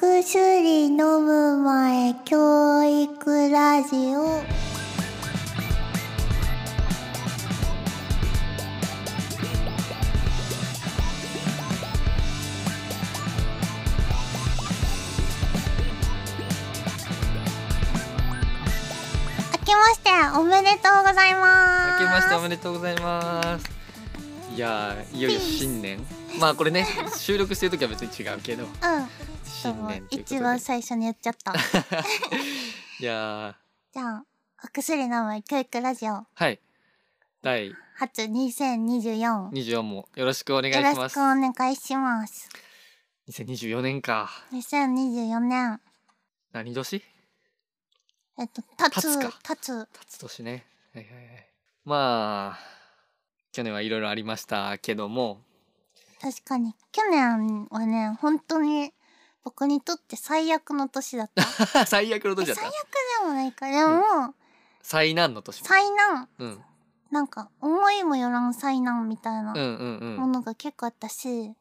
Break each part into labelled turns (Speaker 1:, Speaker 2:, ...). Speaker 1: 薬飲む前教育ラジオ明けましておめでとうございます
Speaker 2: 明けましておめでとうございます。いやーいよいよ新年。 まあこれね収録してる時は別に違うけど
Speaker 1: うんちょっと
Speaker 2: 新
Speaker 1: もう
Speaker 2: 年ということ
Speaker 1: 一
Speaker 2: で。
Speaker 1: 番最初に言っちゃったじ
Speaker 2: いや
Speaker 1: ゃあお薬飲む前教育ラジオ
Speaker 2: ーはい第
Speaker 1: 初2024
Speaker 2: 24もよろしくお願い
Speaker 1: よろ
Speaker 2: し
Speaker 1: しくお
Speaker 2: ます。
Speaker 1: 願いします。
Speaker 2: 2024年か
Speaker 1: 2024年、
Speaker 2: 何年？立
Speaker 1: えっと、立つ、
Speaker 2: 立
Speaker 1: 立
Speaker 2: つ
Speaker 1: つ、
Speaker 2: つ年ね。はいはいはい。まあ去年はいろいろありましたけども
Speaker 1: 確かに。去年はね、本当に僕にとって最悪の年だ った。
Speaker 2: 最悪の年だっ
Speaker 1: 最
Speaker 2: た
Speaker 1: 悪。でもないか。でも、
Speaker 2: 最難の年。
Speaker 1: 災難、
Speaker 2: うん
Speaker 1: なんか思いもよらん災難みたいな
Speaker 2: うんうんう
Speaker 1: も
Speaker 2: ん。
Speaker 1: のが結構あったし、っ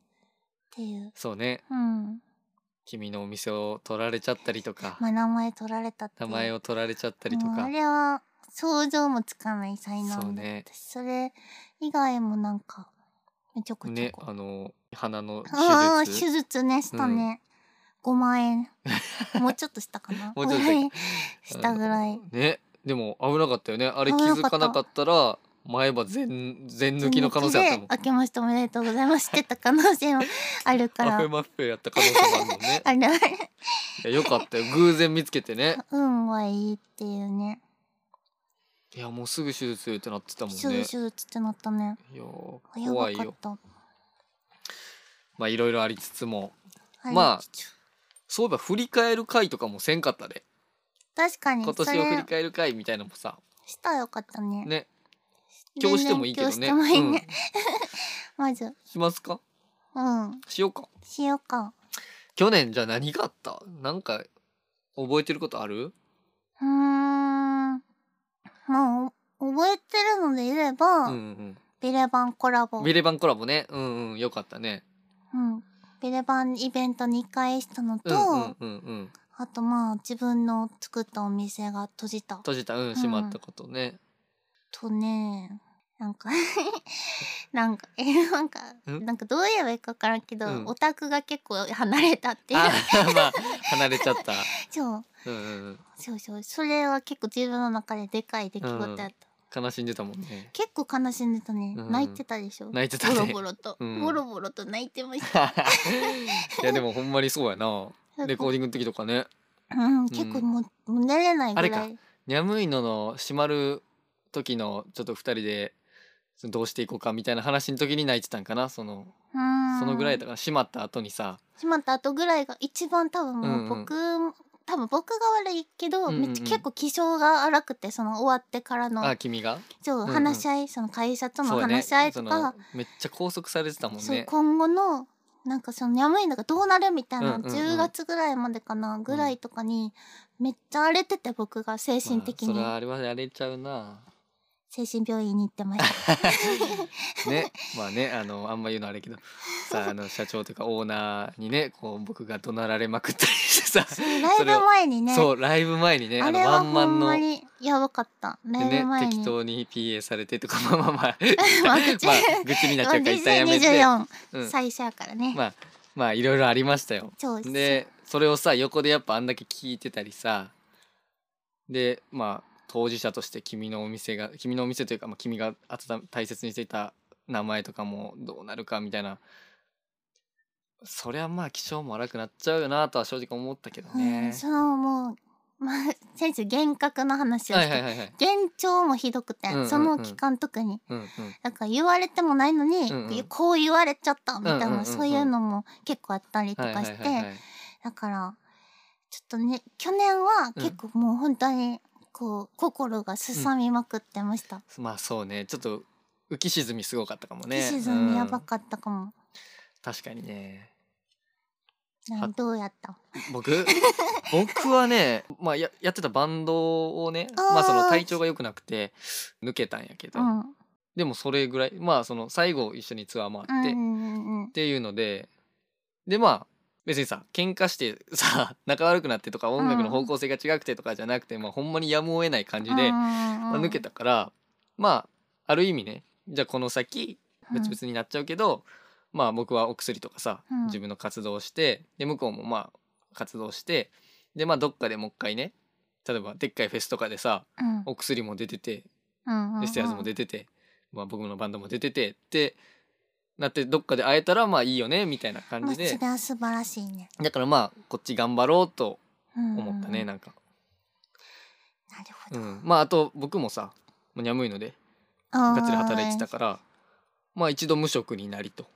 Speaker 1: ていう。
Speaker 2: そうね
Speaker 1: うん。
Speaker 2: 君のお店を取られちゃったりとか
Speaker 1: まあ、名前取られたってい
Speaker 2: 名
Speaker 1: う。
Speaker 2: 前を取られちゃったりと
Speaker 1: もう
Speaker 2: か
Speaker 1: あ。れは想像もつかない災難だった
Speaker 2: そう
Speaker 1: し
Speaker 2: ね
Speaker 1: それ以外もなんかめちゃくちゃ
Speaker 2: ね、あの鼻の
Speaker 1: ああ
Speaker 2: 手
Speaker 1: 手
Speaker 2: 術
Speaker 1: 術ねしたね、5万 円もうちょっとしたかな
Speaker 2: もうちょっとだけ
Speaker 1: したぐらい
Speaker 2: ねでも危なかったよねあれ
Speaker 1: 危
Speaker 2: 気
Speaker 1: なかった
Speaker 2: づかなかったら前歯全全抜きの可能性あったもん
Speaker 1: で明けましておめでとうございますしてた可能性 もあるか
Speaker 2: アフェ
Speaker 1: ら
Speaker 2: マッフェやった可能性もあるもん ね
Speaker 1: あれあれ
Speaker 2: いやよかったよ偶然見つけてね
Speaker 1: 運はいいっていうね
Speaker 2: いやもうすぐ手術ってなってたもん
Speaker 1: 手
Speaker 2: ね
Speaker 1: 術手術ってなったね
Speaker 2: いやー
Speaker 1: や
Speaker 2: 怖
Speaker 1: ば
Speaker 2: い
Speaker 1: か
Speaker 2: よ
Speaker 1: った
Speaker 2: まあいろいろありつつも
Speaker 1: はい
Speaker 2: まあそういえば振り返る回とかもせんかったで
Speaker 1: 確かに
Speaker 2: 今
Speaker 1: そ
Speaker 2: 年を振り
Speaker 1: れ
Speaker 2: 返る回みたいなのもさ
Speaker 1: したらよかったね
Speaker 2: ね今日してもいいけどね
Speaker 1: 全然今日してもいいね、まず
Speaker 2: しますか
Speaker 1: うん
Speaker 2: しようか
Speaker 1: しようか
Speaker 2: 去年じゃあ何があったなんか覚えてることある
Speaker 1: うーんまあお覚えてるのでいれば、
Speaker 2: うんうん
Speaker 1: ビレバンコラボ
Speaker 2: ビレバンコラボねうんうんよかったね
Speaker 1: うん、ビレバンイベント2回したの
Speaker 2: うん
Speaker 1: と、
Speaker 2: うんうんうん
Speaker 1: あとまあ自分の作ったお店が閉じた
Speaker 2: 閉じたうん
Speaker 1: ん
Speaker 2: しまったことね、
Speaker 1: とねなんか なんかえなんか
Speaker 2: ん
Speaker 1: なんかどう言えばいいか分からんけど、
Speaker 2: うん
Speaker 1: オタクが結構離れたっていう
Speaker 2: あ まあ離れちゃった
Speaker 1: そう
Speaker 2: うんうん
Speaker 1: そうそうそれは結構自分の中ででかい出来事やった、
Speaker 2: うんうん悲しんでたもんね
Speaker 1: 結構悲しんでたね、
Speaker 2: うん
Speaker 1: 泣いてたでしょ
Speaker 2: 泣いてたね
Speaker 1: ボロボロと、
Speaker 2: うん
Speaker 1: ボロボロと泣いてました
Speaker 2: いやでもほんまにそうや なレコーディングの時とかね
Speaker 1: うん、結構もうもう寝れないぐらい
Speaker 2: あれにゃむいのの閉まる時のちょっと二人でどうしていこうかみたいな話の時に泣いてたんかなその
Speaker 1: うん
Speaker 2: そのぐらいだから閉まった後にさ
Speaker 1: しまった後ぐらいが一番多分もう僕、多分僕が悪いけど、
Speaker 2: うんうん
Speaker 1: め
Speaker 2: うん
Speaker 1: っちゃ結構気性が荒くてその終わってからの
Speaker 2: あ君が
Speaker 1: ちょ
Speaker 2: んうん
Speaker 1: 話し合い、その会社との
Speaker 2: そうや
Speaker 1: 話し合いと
Speaker 2: ね、
Speaker 1: か
Speaker 2: そのめっちゃ拘束されてた
Speaker 1: そう,、
Speaker 2: もんね
Speaker 1: 今後のなんかその眠いのがどうなるみたいな、
Speaker 2: うんうんうん
Speaker 1: 10月ぐらいまでかなぐらいとかにめっちゃ荒れてて僕が精神的に
Speaker 2: まあ、それはあれはやれちゃうな
Speaker 1: 精神病院に行ってま した。
Speaker 2: ねまあねあのあんま言うのあれやけどさあの社長というかオーナーにねこう僕が怒鳴られまくったりして さ
Speaker 1: ライブ前にね
Speaker 2: そうライブ前にね
Speaker 1: あ
Speaker 2: あの
Speaker 1: れ
Speaker 2: ワ
Speaker 1: は
Speaker 2: ンマ
Speaker 1: ほ
Speaker 2: ン
Speaker 1: ん
Speaker 2: の
Speaker 1: ま
Speaker 2: で
Speaker 1: にやばかった。ライ
Speaker 2: ね
Speaker 1: ブ前に。
Speaker 2: 適当に PA されてとかまあま あまあ
Speaker 1: まあ愚痴
Speaker 2: まあ 愚痴になっちゃうから一旦やめて、
Speaker 1: 24
Speaker 2: うん、
Speaker 1: 最初やからね。
Speaker 2: まあまあいろいろありましたよ
Speaker 1: そうです
Speaker 2: でそれをさ横でやっぱあんだけ聞いてたりさでまあ当事者として君のお店が君のお店というか、まあ、君が温め大切にしていた名前とかもどうなるかみたいなそりゃまあ気性も荒くなっちゃうよなとは正直思ったけど
Speaker 1: う
Speaker 2: ね
Speaker 1: ん、。そのもう、まあ、 先生幻覚の話をし
Speaker 2: は
Speaker 1: て、
Speaker 2: いはいはいはい。
Speaker 1: 幻聴もひどくて、
Speaker 2: うんうんうん
Speaker 1: その期間特に
Speaker 2: うんうん、
Speaker 1: なんか言われてもないのに、
Speaker 2: うんうん
Speaker 1: こう言われちゃったみたいな、
Speaker 2: うんうんうんうん
Speaker 1: そういうのも結構あったりと
Speaker 2: はいは
Speaker 1: か
Speaker 2: い
Speaker 1: して、
Speaker 2: はいはい。
Speaker 1: だからちょっとね去年は結構もう本当にこう心がすさみまくってました。
Speaker 2: まあそうねちょっと浮き沈みすごかったかもね。
Speaker 1: 浮き沈みやば
Speaker 2: うん
Speaker 1: かったかも。
Speaker 2: 確かにね。
Speaker 1: なん
Speaker 2: は
Speaker 1: どうやった
Speaker 2: 僕 僕はね、まあ、ややってたバンドをね
Speaker 1: あー
Speaker 2: まあ、その体調が良くなくて抜けたんやけど、
Speaker 1: うん
Speaker 2: でもそれぐらいまあその最後一緒にツアー回って、
Speaker 1: うんう
Speaker 2: っ
Speaker 1: んうん
Speaker 2: ていうのででまあ別にさ喧嘩してさ 仲悪くなってとか音楽の方向性が違くてとかじゃなくて、まあ、ほんまにやむを得ない感じで、まあ抜けたからまあある意味ねじゃあこの先別々になっちゃうけど、まあ僕はお薬とかさ、
Speaker 1: うん
Speaker 2: 自分の活動をしてで向こうもまあ活動してでまあどっかでもう一回ね例えばでっかいフェスとかでさお薬も出ててベストヤーズも出てて、まあ、僕のバンドも出ててってなってどっかで会えたらまあいいよねみたいな感じ
Speaker 1: そ
Speaker 2: で
Speaker 1: れは素晴らしいね。
Speaker 2: だからまあこっち頑張ろうと思
Speaker 1: 思
Speaker 2: ったね
Speaker 1: な
Speaker 2: なんか、
Speaker 1: るほど。
Speaker 2: うん、まああと僕もさもう眠いので
Speaker 1: が
Speaker 2: がっつり働いてたからまあ一度無職になり と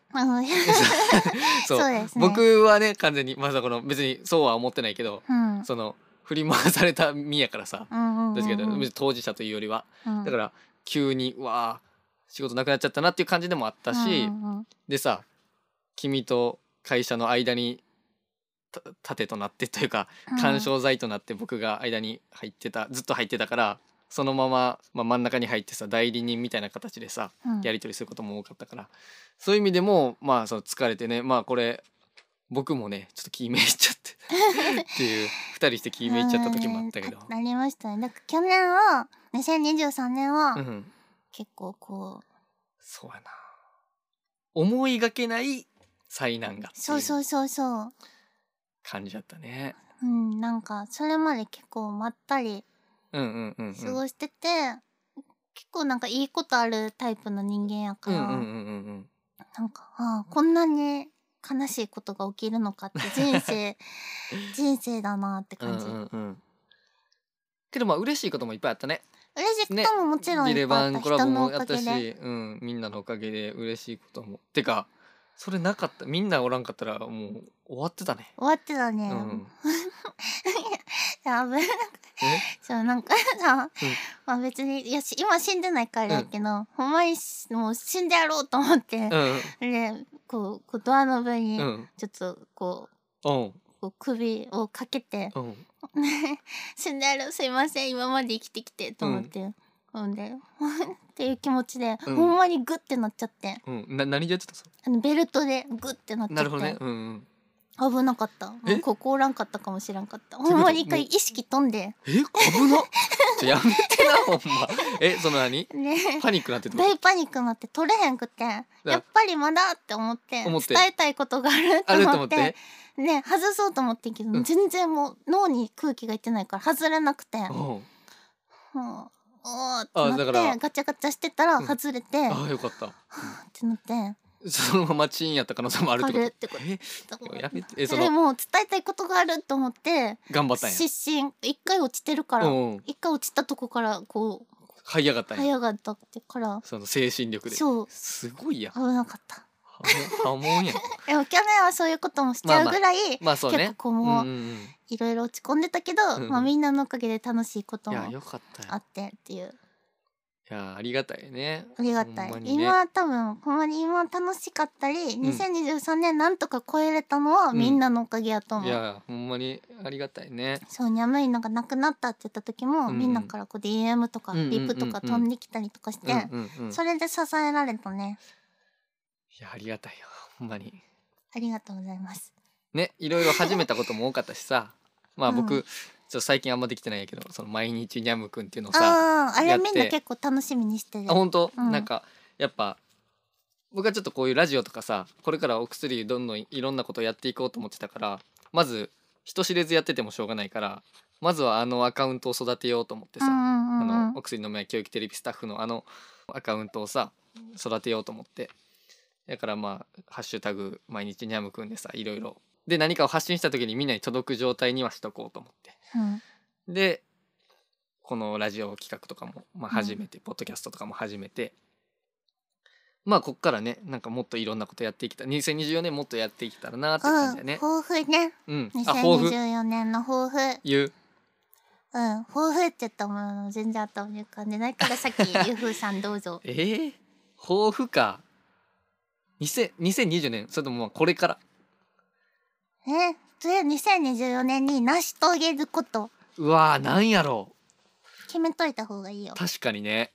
Speaker 1: そ
Speaker 2: そうう
Speaker 1: ですね。
Speaker 2: 僕はね完全にまさこの別にそうは思ってないけど
Speaker 1: うん、
Speaker 2: その振り回された身やからさ
Speaker 1: うんうんうんうん
Speaker 2: ですけど別に当事者というよりはだから急にうわあ仕事なくなっちゃったなっていう感じでもあったし、
Speaker 1: うんうんうん
Speaker 2: でさ君と会社の間にた盾となってというか緩衝材となって僕が間に入ってたずっと入ってたからそのまま、まあ、真ん中に入ってさ代理人みたいな形でさ
Speaker 1: うん
Speaker 2: やり取りすることも多かったからそういう意味でもまあその疲れてねまあこれ僕もねちょっと気めいっちゃってっていう2人して気めいっちゃった時もあったけど
Speaker 1: うん。あありましたね。だから去年は2023年
Speaker 2: う
Speaker 1: は
Speaker 2: ん
Speaker 1: 結構こう、
Speaker 2: そうやな思いがけない災難がって
Speaker 1: そう
Speaker 2: いう
Speaker 1: そうそうそう。
Speaker 2: 感じだったね。
Speaker 1: うん、なんかそれまで結構まったり
Speaker 2: うんうんうんうん
Speaker 1: 過ごしてて、結構なんかいいことあるタイプの人間やから、
Speaker 2: うんうんうんうんうん
Speaker 1: なんかああこんなに悲しいことが起きるのかって人 生人生だなって感じ、
Speaker 2: うんうんうんけどまあ嬉しいこともいっぱいあったね。
Speaker 1: 嬉しいことももちろんい
Speaker 2: ビ
Speaker 1: っ
Speaker 2: レ
Speaker 1: ぱい
Speaker 2: バ
Speaker 1: あった
Speaker 2: ンコラ
Speaker 1: 人
Speaker 2: ボ
Speaker 1: のお
Speaker 2: もや
Speaker 1: か
Speaker 2: った
Speaker 1: げ
Speaker 2: し、
Speaker 1: で
Speaker 2: うん、みんなのおかげで嬉しいことも。てかそれなかったみんなおらんかったらもう終わってたね。
Speaker 1: 終わってた
Speaker 2: う
Speaker 1: ね、
Speaker 2: ん、
Speaker 1: やべ
Speaker 2: え
Speaker 1: そうなんかさ、まあ別にいやし今死んでないからやけど、ほんまにしもう死んでやろうと思って、でこうこうドアノブ
Speaker 2: う
Speaker 1: に
Speaker 2: んうん
Speaker 1: ちょっとこう
Speaker 2: うん
Speaker 1: こう首をかけて
Speaker 2: うん
Speaker 1: 「 死んでやるすいません今まで生きてきて」と思って、ほんで っていう気持ちで、
Speaker 2: うん
Speaker 1: ほんまにグッてなっちゃって
Speaker 2: うんな何でやってたそ
Speaker 1: あのベルトでグッてなっちゃ
Speaker 2: れ
Speaker 1: って
Speaker 2: なるほどね。うんうん、
Speaker 1: 危なかったも
Speaker 2: え
Speaker 1: うここおらんかったかもしらんかった
Speaker 2: いうこと
Speaker 1: ほんまに一回
Speaker 2: もう
Speaker 1: 意識飛んで
Speaker 2: え危なっちょやめてなほんま。えその何
Speaker 1: で
Speaker 2: パニックなってた。
Speaker 1: 大パニックになって取れへんくてやっぱりまだって思って
Speaker 2: 思って
Speaker 1: 伝えたいことがある
Speaker 2: ある
Speaker 1: と思
Speaker 2: と思
Speaker 1: っ
Speaker 2: ってて。
Speaker 1: ね外そうと思ってんけど、
Speaker 2: うん
Speaker 1: 全然もう脳に空気がいってないから外れなくて。
Speaker 2: うん
Speaker 1: もうおーって
Speaker 2: あ
Speaker 1: な
Speaker 2: だから
Speaker 1: ってガチャガチャしてたら
Speaker 2: うん
Speaker 1: 外れて、っ
Speaker 2: ああよかった。
Speaker 1: てなって
Speaker 2: そのままチーンやった可能性もあるってこと
Speaker 1: あるってこと
Speaker 2: えやめてえ
Speaker 1: そ
Speaker 2: そ
Speaker 1: れ
Speaker 2: の
Speaker 1: もう伝えたいことがあると思って
Speaker 2: 頑張ったんや
Speaker 1: 失神一回落ちてるから
Speaker 2: うんうん
Speaker 1: 一回落ちたとこからこう
Speaker 2: 這い上がったんや
Speaker 1: 早がったってから
Speaker 2: その精神力で
Speaker 1: そう
Speaker 2: すごいや
Speaker 1: 危なかった
Speaker 2: 波紋やん
Speaker 1: でも去年はそういうこともしちゃうぐらい、
Speaker 2: まあそう
Speaker 1: 結
Speaker 2: ね
Speaker 1: 構
Speaker 2: うん
Speaker 1: も
Speaker 2: うん
Speaker 1: う
Speaker 2: うん
Speaker 1: いろいろ落ち込んでたけど、
Speaker 2: うん
Speaker 1: まあ、みんなのおかげで楽しいこと
Speaker 2: い
Speaker 1: も
Speaker 2: やよかったよ
Speaker 1: あってっていう
Speaker 2: いやありがたいね
Speaker 1: ありがたい、
Speaker 2: ほんまにね
Speaker 1: 今は多分ほんまに今は楽しかったり、2023年なんとか超えれたのは
Speaker 2: うん
Speaker 1: みんなのおかげやと思、
Speaker 2: いうやほんまにありがたいね
Speaker 1: そうにゃむいのがなくなったって言った時も、
Speaker 2: うんうん
Speaker 1: みんなからこう DM とか
Speaker 2: うんうんうんうん
Speaker 1: リプとか飛んできたりとかして、
Speaker 2: うんうんうんい
Speaker 1: それで支えられたね
Speaker 2: やありがたいよほんまに
Speaker 1: ありがとうございます
Speaker 2: ねいろいろ始めたことも多かったしさまあ
Speaker 1: うん
Speaker 2: 僕ちょっと最近あんまできてないんやけどその毎日にゃむくんっていうのをさ
Speaker 1: ああーあれ
Speaker 2: やって
Speaker 1: みんな結構楽しみにしてる
Speaker 2: あ本当、
Speaker 1: うん
Speaker 2: なんかやっぱ僕はちょっとこういうラジオとかさこれからお薬どんどんいろんなことやっていこうと思ってたからまず人知れずやっててもしょうがないからまずはあのアカウントを育てようと思ってさ、
Speaker 1: うんうんうん
Speaker 2: あ
Speaker 1: うん
Speaker 2: のお薬の目教育テレビスタッフのあのアカウントをさ育てようと思ってだからまあ「ハッシュタグ毎日にゃむくん」でさいろいろで何かを発信した時にみんなに届く状態にはしとこうと思って
Speaker 1: うん
Speaker 2: でこのラジオ企画とかも、まあ、初めて、ポッドキャストとかも初めてまあこっからねなんかもっといろんなことやっていきた2024年もっとやっていけたらなって感じだよね。
Speaker 1: 抱負ね
Speaker 2: うん、あ抱負
Speaker 1: 2024年の抱負
Speaker 2: 言う
Speaker 1: うん、抱負って言ったものの全然頭に浮かんでないからさっきゆふうさんどうぞ。
Speaker 2: えー、抱負か2000 2020年それともまあこれから
Speaker 1: え、それ2024年に成し遂げること
Speaker 2: うわーなんやろ
Speaker 1: 決めといた方がいいよ
Speaker 2: う。確かにね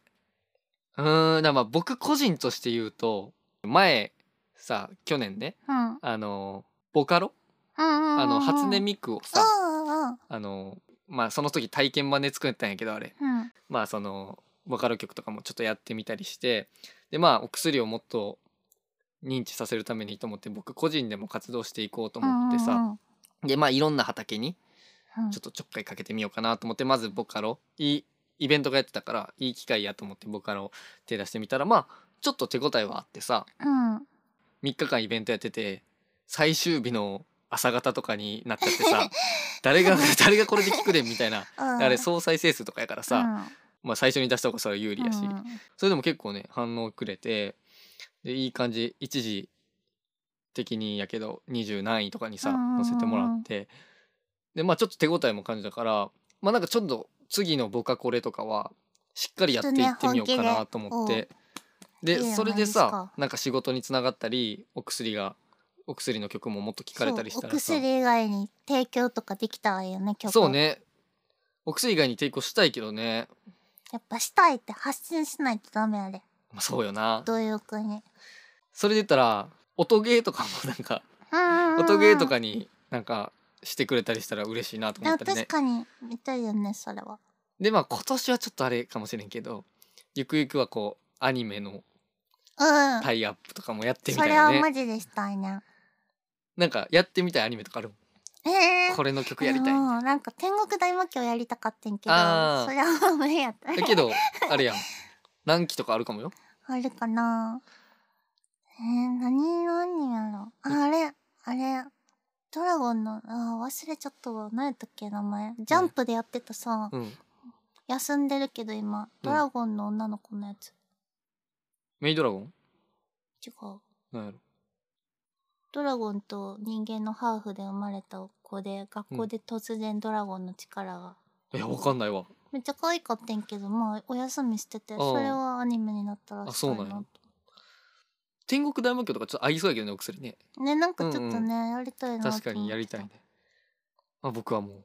Speaker 2: うーんだからまあ僕個人として言うと前さ去年ね
Speaker 1: うん、うん、
Speaker 2: あのボカロ
Speaker 1: あ
Speaker 2: あの初音ミクをさ
Speaker 1: うん
Speaker 2: あのまあその時体験版で作ったんやけどあれ
Speaker 1: うんうん
Speaker 2: まあそのボカロ曲とかもちょっとやってみたりしてでまあお薬をもっと認知させるためにと思って僕個人でも活動していこうと思って
Speaker 1: う
Speaker 2: さ
Speaker 1: ん
Speaker 2: でまあいろんな畑に
Speaker 1: うんうん
Speaker 2: ちょっとちょっかいかけてみようかなと思ってまずボカロいいイベントがやってたからいい機会やと思ってボカロ手出してみたらまあちょっと手応えはあってさ
Speaker 1: うん
Speaker 2: 3日間イベントやってて最終日の朝方とかになっちゃってさ 誰が誰がこれで聞くでみたいな
Speaker 1: うん
Speaker 2: あれ総再生数とかやからさ、まあ、最初に出した方がそれは有
Speaker 1: うん
Speaker 2: 利やし、
Speaker 1: うん
Speaker 2: それでも結構ね反応くれてでいい感じ一時的にやけど20何位とかにさ
Speaker 1: うんうんうんうん
Speaker 2: 載せてもらってでまあちょっと手応えも感じたからまあなんかちょっと次の「ボカコレ」とかはしっかりやっていってみようかなと思って、
Speaker 1: いいじゃな
Speaker 2: で
Speaker 1: い
Speaker 2: それで
Speaker 1: です
Speaker 2: さ
Speaker 1: か
Speaker 2: なんか仕事につながったりお薬がお薬の曲ももっと聞かれたりした
Speaker 1: そうお
Speaker 2: らさ
Speaker 1: 薬以外に提供とかできたわよね曲
Speaker 2: そうねお薬以外に抵抗したいけどね、
Speaker 1: やっぱしたいって発信しないとダメあれ
Speaker 2: まあ、そうよな
Speaker 1: 貪欲に
Speaker 2: それで言ったら音ゲーとかもなんか音
Speaker 1: 音
Speaker 2: ゲーとかになんかしてくれたりしたら嬉しいなと思
Speaker 1: あ
Speaker 2: った
Speaker 1: 確
Speaker 2: りね
Speaker 1: かに見たいよねそれは
Speaker 2: でまあ今年はちょっとあれかもしれんけどゆくゆくはこうアニメの
Speaker 1: うん、
Speaker 2: タイアップとかもやってみ
Speaker 1: そ
Speaker 2: たい
Speaker 1: れ
Speaker 2: よ
Speaker 1: は
Speaker 2: ね
Speaker 1: マジでしたいね
Speaker 2: なんかやってみたいアニメとかある
Speaker 1: ええー、
Speaker 2: これの曲やりたい
Speaker 1: もうなんか天国大魔教やりたかってんけど
Speaker 2: あー
Speaker 1: それは無理やっ た
Speaker 2: だけどあれやん何期とかあるかもよ
Speaker 1: あるかなえー、何何やろああれあれドラゴンのあー忘れちゃったわ何やったっけ名前ジャンプでやってたさ、
Speaker 2: うん
Speaker 1: 休んでるけど今ドラゴンの女の子のやつ、
Speaker 2: メイドラゴン
Speaker 1: 違う
Speaker 2: なんやろ
Speaker 1: ドラゴンと人間のハーフで生まれた子で学校で突然ドラゴンの力が、
Speaker 2: いやわかんないわ
Speaker 1: めっちゃ可愛かったんけどまあお休みしてて
Speaker 2: あー
Speaker 1: それはアニメになったら
Speaker 2: あそうなんや天国大魔教とかちょっと合いそうやけどねお薬ね
Speaker 1: ねなんかちょっとね、
Speaker 2: うん
Speaker 1: やりたいな
Speaker 2: 確かにやりたい
Speaker 1: ね
Speaker 2: ねまあ僕はもう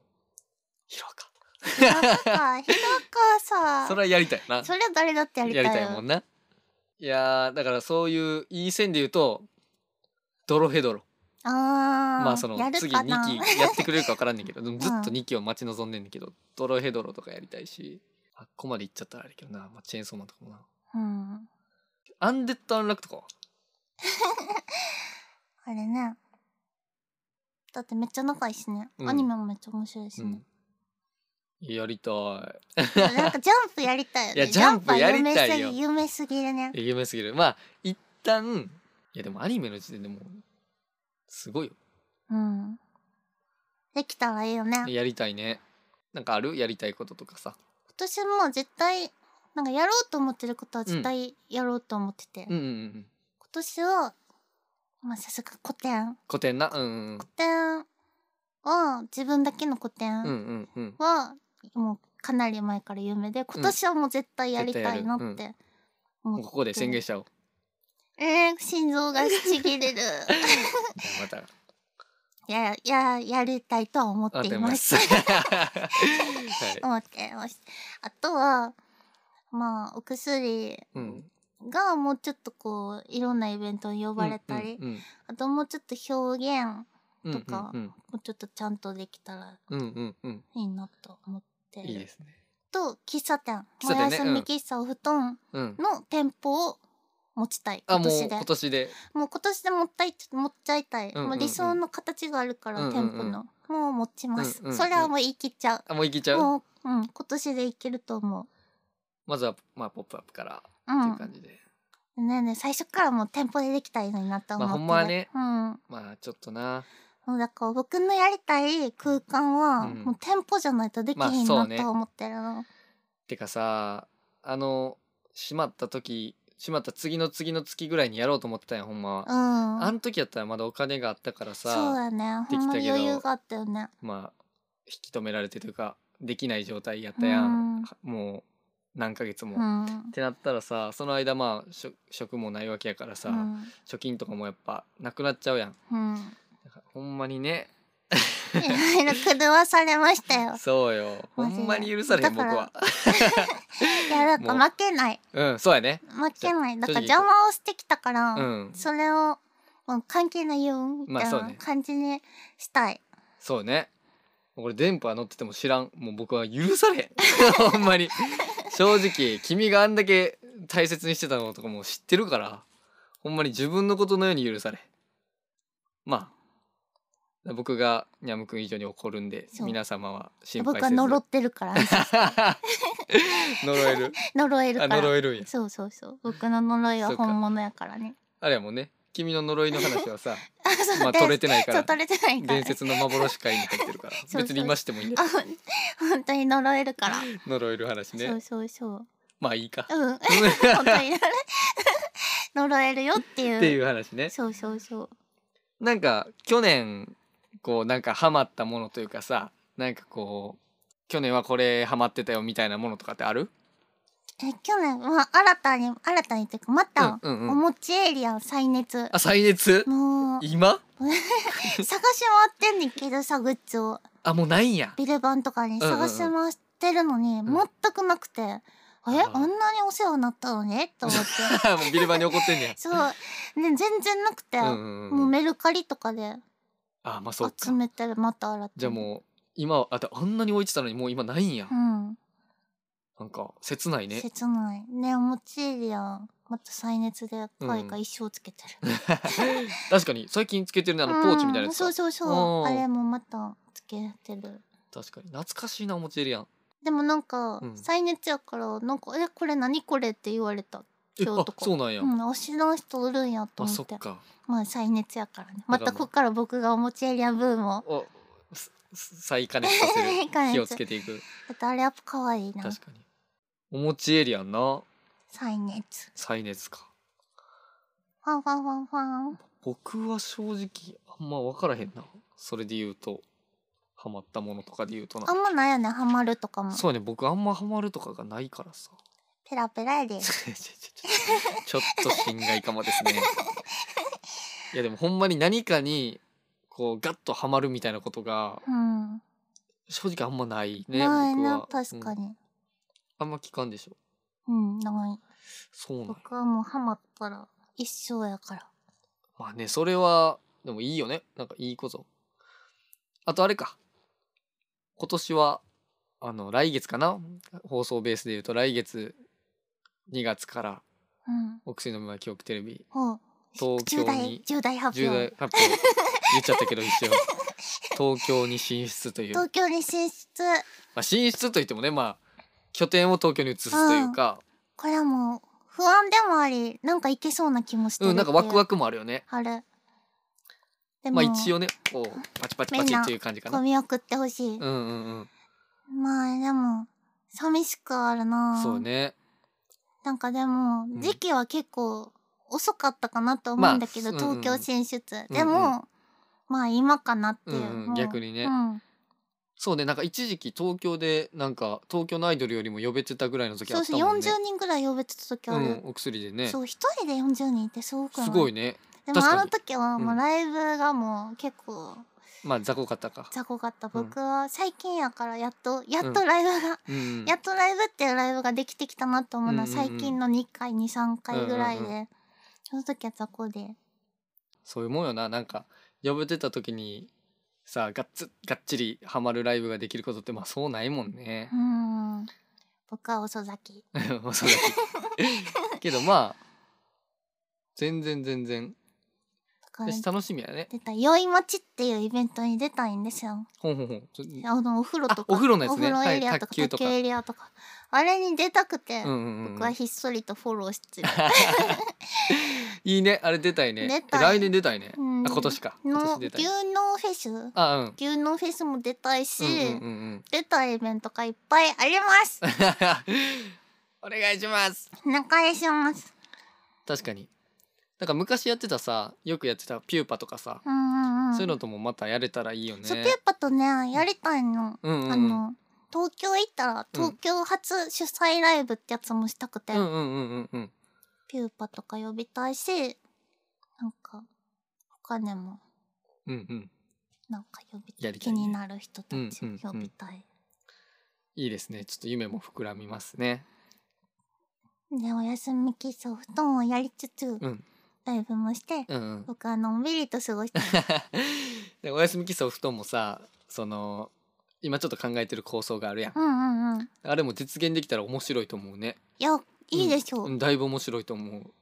Speaker 2: ヒロアカ
Speaker 1: ひどかひどかさ
Speaker 2: それはやりたいな
Speaker 1: それは誰だってやりた
Speaker 2: や
Speaker 1: い
Speaker 2: り
Speaker 1: よ
Speaker 2: たいもんないやーだからそういういい線で言うとドロヘドロ
Speaker 1: あー
Speaker 2: まあその
Speaker 1: やる
Speaker 2: 次
Speaker 1: か
Speaker 2: 2
Speaker 1: な
Speaker 2: 期やってくれるか分からんね んけどでもずっと
Speaker 1: うん
Speaker 2: 2期を待ち望んでんねんけど、ドロヘドロとかやりたいしあっこまで行っちゃったらあれやけどな、まあ、チェーンソーマンとかもな
Speaker 1: うん
Speaker 2: アンデッドアンラックとかは
Speaker 1: あれねだってめっちゃ仲いいしね、
Speaker 2: うん
Speaker 1: アニメもめっちゃ面白いし
Speaker 2: う
Speaker 1: ね、
Speaker 2: んやりた
Speaker 1: なんかジャンプやりたいよね。
Speaker 2: いやジャンプやりたい
Speaker 1: ジャ
Speaker 2: よ
Speaker 1: ンプは夢すぎ夢すぎるね。
Speaker 2: い夢すぎるまあ一旦いやでもアニメの時点でもうすごいよ
Speaker 1: うん。できたらいいよね。今
Speaker 2: やりたいねなんかあるやりたいこととかさ
Speaker 1: 年もう絶対、なんかやろうと思ってることは絶対やろうと思ってて。
Speaker 2: う
Speaker 1: 今
Speaker 2: んうんうん
Speaker 1: 年は、まあさすが古典。
Speaker 2: 古典なうんうん
Speaker 1: 古典は、自分だけの古
Speaker 2: うんう
Speaker 1: 典
Speaker 2: んうん
Speaker 1: は、もうかなり前から夢で、今年はもう絶対やりたいなっ
Speaker 2: 絶対
Speaker 1: て。
Speaker 2: もうここで宣言
Speaker 1: し
Speaker 2: しちゃおう
Speaker 1: えー、心臓がちぎ れる。
Speaker 2: じゃあまた
Speaker 1: いや、いや、やりたいとは思っ
Speaker 2: あ
Speaker 1: てい
Speaker 2: 出
Speaker 1: ま
Speaker 2: ますす。。はい。
Speaker 1: 思ってます。あとは、まあ、お薬
Speaker 2: うん。
Speaker 1: がもうちょっとこう、いろんなイベントに呼ばれたり、
Speaker 2: うん
Speaker 1: あともうちょっと表現、も
Speaker 2: うんうん
Speaker 1: とか
Speaker 2: うん
Speaker 1: うちょっとちゃんとできたら
Speaker 2: うんうんうん
Speaker 1: いいなと思って
Speaker 2: うん。
Speaker 1: る。
Speaker 2: いいですね。
Speaker 1: と、喫茶店。
Speaker 2: 喫茶店ね
Speaker 1: お休み喫茶お布団
Speaker 2: うん。
Speaker 1: の店舗を持ちたい。
Speaker 2: あ
Speaker 1: 今
Speaker 2: もう
Speaker 1: 年で。
Speaker 2: 今年で。
Speaker 1: もう今年で持ったい、持っちゃいたい。
Speaker 2: うんうんうん
Speaker 1: もう理想の形があるから、
Speaker 2: うんうんうん
Speaker 1: 店舗の。もう持ちます、
Speaker 2: うんうんうん
Speaker 1: それはもう言い切っちゃ
Speaker 2: あもう行きち
Speaker 1: う。
Speaker 2: ゃう。
Speaker 1: もう、うん、今年でいけると思う。
Speaker 2: まずはまあポップアップから
Speaker 1: う
Speaker 2: って
Speaker 1: ん。
Speaker 2: いう感じで。
Speaker 1: ねえねえ最初からもう店舗でできたらいいのになと思ってる、
Speaker 2: まあほんまはね
Speaker 1: うん
Speaker 2: まあちょっとな。
Speaker 1: もうだから僕のやりたい空間は、
Speaker 2: うん
Speaker 1: もう店舗じゃないとできひん
Speaker 2: まあそ
Speaker 1: な
Speaker 2: うね
Speaker 1: と思ってるの、
Speaker 2: てかさあの閉まった時閉まった次の次の月ぐらいにやろうと思ってたんやほんまは。
Speaker 1: うん
Speaker 2: あん時やったらまだお金があったから
Speaker 1: そう
Speaker 2: さ
Speaker 1: だねほ
Speaker 2: でき
Speaker 1: ん
Speaker 2: た
Speaker 1: ま
Speaker 2: け
Speaker 1: に
Speaker 2: ど
Speaker 1: 余裕があったよね
Speaker 2: まあ引き止められてというかできない状態やったや
Speaker 1: うん
Speaker 2: ん。もう何ヶ月も
Speaker 1: う。ん
Speaker 2: ってなったらさその間まあしょ職もないわけやからさ、
Speaker 1: うん
Speaker 2: 貯金とかもやっぱなくなっちゃうやん
Speaker 1: うん
Speaker 2: だからほんまにね
Speaker 1: いろいろ狂わされましたよ
Speaker 2: そうよほ
Speaker 1: マジで
Speaker 2: んまに許されへん
Speaker 1: だ
Speaker 2: 僕
Speaker 1: から
Speaker 2: はい
Speaker 1: やだから
Speaker 2: もう
Speaker 1: 負けない
Speaker 2: うんそうやね
Speaker 1: 負けないだから
Speaker 2: 正直
Speaker 1: 邪魔をしてきたから、
Speaker 2: うん
Speaker 1: それをもう関係ないよみたい
Speaker 2: まあそう
Speaker 1: な
Speaker 2: ね
Speaker 1: 感じにしたい。
Speaker 2: そうね俺電波乗ってても知らんもう僕は許さ れへんほんまに正直君があんだけ大切にしてたのとかもう知ってるからほんまに自分のことのように許されへんまあ僕がにゃむくん以上に怒るんで
Speaker 1: そう
Speaker 2: 皆様は心配
Speaker 1: 僕
Speaker 2: せ
Speaker 1: は
Speaker 2: ず
Speaker 1: 呪ってる から
Speaker 2: 呪える
Speaker 1: 呪える
Speaker 2: あ
Speaker 1: から
Speaker 2: 呪えるんや
Speaker 1: そうそうそう僕の呪いは
Speaker 2: そうか
Speaker 1: 本物やからね
Speaker 2: あれやもんね君の呪いの話 はさ
Speaker 1: あそう
Speaker 2: まあ
Speaker 1: で
Speaker 2: 取れてないか
Speaker 1: そう
Speaker 2: ら
Speaker 1: 取れてないから
Speaker 2: 伝説の幻界に入ってるから
Speaker 1: そう
Speaker 2: 別に今してもいいんだ
Speaker 1: あ
Speaker 2: よ
Speaker 1: ほん 本当に呪えるから、
Speaker 2: 呪える話ね
Speaker 1: そうそうそう
Speaker 2: まあいいか
Speaker 1: うん本 当に 呪えるよっていう
Speaker 2: っていう話ね
Speaker 1: そうそうそう
Speaker 2: なんか去年こうなんかハマったものというかさなんかこう去年はこれハマってたよみたいなものとかってある
Speaker 1: え去年は新たに新たにっていうかまた、
Speaker 2: うんうんうん
Speaker 1: お餅エイリアン再熱
Speaker 2: あ再熱
Speaker 1: もう
Speaker 2: 今
Speaker 1: 探し回ってんねんけどさグッズを
Speaker 2: あもうないんや
Speaker 1: ビレ版とかに
Speaker 2: うんうんうん
Speaker 1: 探し回してるのに、
Speaker 2: ん
Speaker 1: 全くなくて、え
Speaker 2: あー
Speaker 1: あんなにお世話になったのにと思って
Speaker 2: もうビルバに怒ってんねや
Speaker 1: そう、ね、全然なくて、
Speaker 2: うんうん
Speaker 1: もう
Speaker 2: うん
Speaker 1: メルカリとかで
Speaker 2: あまあそっ
Speaker 1: 集
Speaker 2: か
Speaker 1: めてるまた洗って
Speaker 2: じゃあもう今はあだあんなに置いてたのにもう今ないんや
Speaker 1: うん、
Speaker 2: なんか切ないね
Speaker 1: 切ないねお餅エリアンまた再熱で声が一生つけてる、
Speaker 2: 確かに最近つけてるねあのポーチみた
Speaker 1: う
Speaker 2: いな
Speaker 1: ん
Speaker 2: やつ
Speaker 1: そう
Speaker 2: か
Speaker 1: そうそ
Speaker 2: お
Speaker 1: う
Speaker 2: ー
Speaker 1: あれもまたつけてる
Speaker 2: 確かに懐かしいなお餅入れやん
Speaker 1: でもなんか
Speaker 2: うん
Speaker 1: 再熱やからなんか「えこれ何これ?」って言われた
Speaker 2: え
Speaker 1: 今
Speaker 2: あ
Speaker 1: 日とか
Speaker 2: そうなんや
Speaker 1: うん、推しの人おるんやと
Speaker 2: あ
Speaker 1: 思
Speaker 2: そ
Speaker 1: っ
Speaker 2: ってか
Speaker 1: まあ再熱やからねま
Speaker 2: だ
Speaker 1: た
Speaker 2: か
Speaker 1: こ
Speaker 2: ら
Speaker 1: っから僕がおもちエリアブームを
Speaker 2: おすす再加熱させ
Speaker 1: 再加熱
Speaker 2: る火をつけていく
Speaker 1: だってあれやっぱ可愛いな
Speaker 2: 確かにお餅エリアンな
Speaker 1: 再熱
Speaker 2: 再熱か
Speaker 1: ファンファンファンファン
Speaker 2: 僕は正直あんま分からへんなそれで言うとハマったものとかで言うと
Speaker 1: あ
Speaker 2: なん
Speaker 1: まないよねハマるとかも
Speaker 2: そうね僕あんまハマるとかがないからさ
Speaker 1: ペラペラやで
Speaker 2: ちょちょちょちょっと心外かもですねいやでもほんまに何かにこうガッとハマるみたいなことが
Speaker 1: うん
Speaker 2: 正直あんまないね
Speaker 1: ない
Speaker 2: 僕
Speaker 1: な
Speaker 2: は
Speaker 1: 確か
Speaker 2: うん
Speaker 1: に
Speaker 2: あんま聞かんでしょ
Speaker 1: うん、ない
Speaker 2: そうなんや
Speaker 1: 僕はもうハマったら一生やから
Speaker 2: まあね、それは、でもいいよね。なんかいいこと。あとあれか。今年は、あの、来月かな放送ベースで言うと、来月2月から、
Speaker 1: うん
Speaker 2: お薬の前記憶テレビ、
Speaker 1: ほう
Speaker 2: 東京
Speaker 1: 重大
Speaker 2: に
Speaker 1: 重大発
Speaker 2: 重大
Speaker 1: 表
Speaker 2: 発表、言っちゃったけど一応、 東京に進出という、ま
Speaker 1: 東京に進出
Speaker 2: あ、進出といってもね、まあ、拠点を東京に移すというか、
Speaker 1: これはもう不安でもありなんかいけそうな気もして
Speaker 2: う
Speaker 1: る
Speaker 2: ん、なんかワクワ
Speaker 1: ク
Speaker 2: クもあるよね。
Speaker 1: あるで
Speaker 2: まあ一
Speaker 1: 応
Speaker 2: 応ね、こう、パチパチパチっていう感じか
Speaker 1: ゴ
Speaker 2: な。
Speaker 1: ミ送ってほしい
Speaker 2: うんうんうん。
Speaker 1: まあでも寂しくはあるな
Speaker 2: そうね。
Speaker 1: なんかでも
Speaker 2: ん
Speaker 1: 時期は結構遅かったかなと思うんだけど、
Speaker 2: まあ
Speaker 1: 東京進出、
Speaker 2: うん
Speaker 1: でも、まあ今かなっていう,
Speaker 2: う
Speaker 1: もう、
Speaker 2: んうん逆にね
Speaker 1: うん
Speaker 2: そうねなんか一時期東京でなんか東京のアイドルよりも呼べてたぐらいの時あ
Speaker 1: そう
Speaker 2: った
Speaker 1: そう
Speaker 2: もん
Speaker 1: 40
Speaker 2: ね
Speaker 1: 人ぐらい呼べてた時ある、
Speaker 2: うん、お薬でね
Speaker 1: そう一人で40人ってすごくない
Speaker 2: すごいね
Speaker 1: でも
Speaker 2: 確か
Speaker 1: あ
Speaker 2: に
Speaker 1: の時はもううんライブがもう結構
Speaker 2: まあ雑魚かったか、
Speaker 1: 雑魚かった
Speaker 2: うん
Speaker 1: 僕は最近やからやっとやっとライブが、
Speaker 2: うん、
Speaker 1: やっとライブっていうライブができてきたなと思うのは
Speaker 2: うんうんうん
Speaker 1: 最近の2回23回ぐらいで、
Speaker 2: うんうん
Speaker 1: その時は雑魚で
Speaker 2: そういうもんよななんか呼べてた時にさがっつがっちりハマるライブができることってまあそうないもんね
Speaker 1: う、ん僕は遅咲き
Speaker 2: そう だけどけどまあ全然全然
Speaker 1: だから
Speaker 2: よし楽しみやね
Speaker 1: 出た宵町っていうイベントに出たいんですよ
Speaker 2: ほんほんほんそうん
Speaker 1: あのお風呂とか
Speaker 2: あお風呂のやつね
Speaker 1: お風呂エリアとか
Speaker 2: はい卓球と
Speaker 1: 卓
Speaker 2: か
Speaker 1: 球エリアとかあれに出たくて、
Speaker 2: うんうん
Speaker 1: 僕
Speaker 2: う
Speaker 1: は
Speaker 2: ん
Speaker 1: ひっそりとフォローして る
Speaker 2: いいねあれ出たいね
Speaker 1: 出たい
Speaker 2: え来年出たいね、
Speaker 1: うん
Speaker 2: あ今年か今
Speaker 1: の
Speaker 2: 年
Speaker 1: 牛
Speaker 2: 出たい
Speaker 1: 脳フェス
Speaker 2: あうん
Speaker 1: 牛脳フェスも出たいし、
Speaker 2: うんうんうんうん
Speaker 1: 出たイベントがいっぱいあります
Speaker 2: お願いします
Speaker 1: 仲良します
Speaker 2: 確かになんか昔やってたさよくやってたピューパとかさ、
Speaker 1: うんうんうん
Speaker 2: そういうのともまたやれたらいいよね
Speaker 1: そうペッパとねやりたいの、
Speaker 2: うんうん
Speaker 1: あの東京行ったら
Speaker 2: うん
Speaker 1: 東京初主催ライブってやつもしたくて、
Speaker 2: うんうんうんうんうん
Speaker 1: ピューパとか呼びたいしなんかお金も
Speaker 2: うんうん
Speaker 1: なんか呼び
Speaker 2: やりた
Speaker 1: 気
Speaker 2: いね
Speaker 1: になる人たち
Speaker 2: うんうんう
Speaker 1: 呼
Speaker 2: ん
Speaker 1: びたい、
Speaker 2: いいですねちょっと夢も膨らみますね
Speaker 1: でお休み喫茶お布団をやりつつ、
Speaker 2: うん
Speaker 1: ライブもして、
Speaker 2: うんうん
Speaker 1: 僕はのんびりと過ごしてる
Speaker 2: でお休みキスソフトもさその今ちょっと考えてる構想があるやん
Speaker 1: うんうんうん
Speaker 2: あれも実現できたら面白いと思うね
Speaker 1: いやいいでしょう、
Speaker 2: うんだいぶ面白いと思う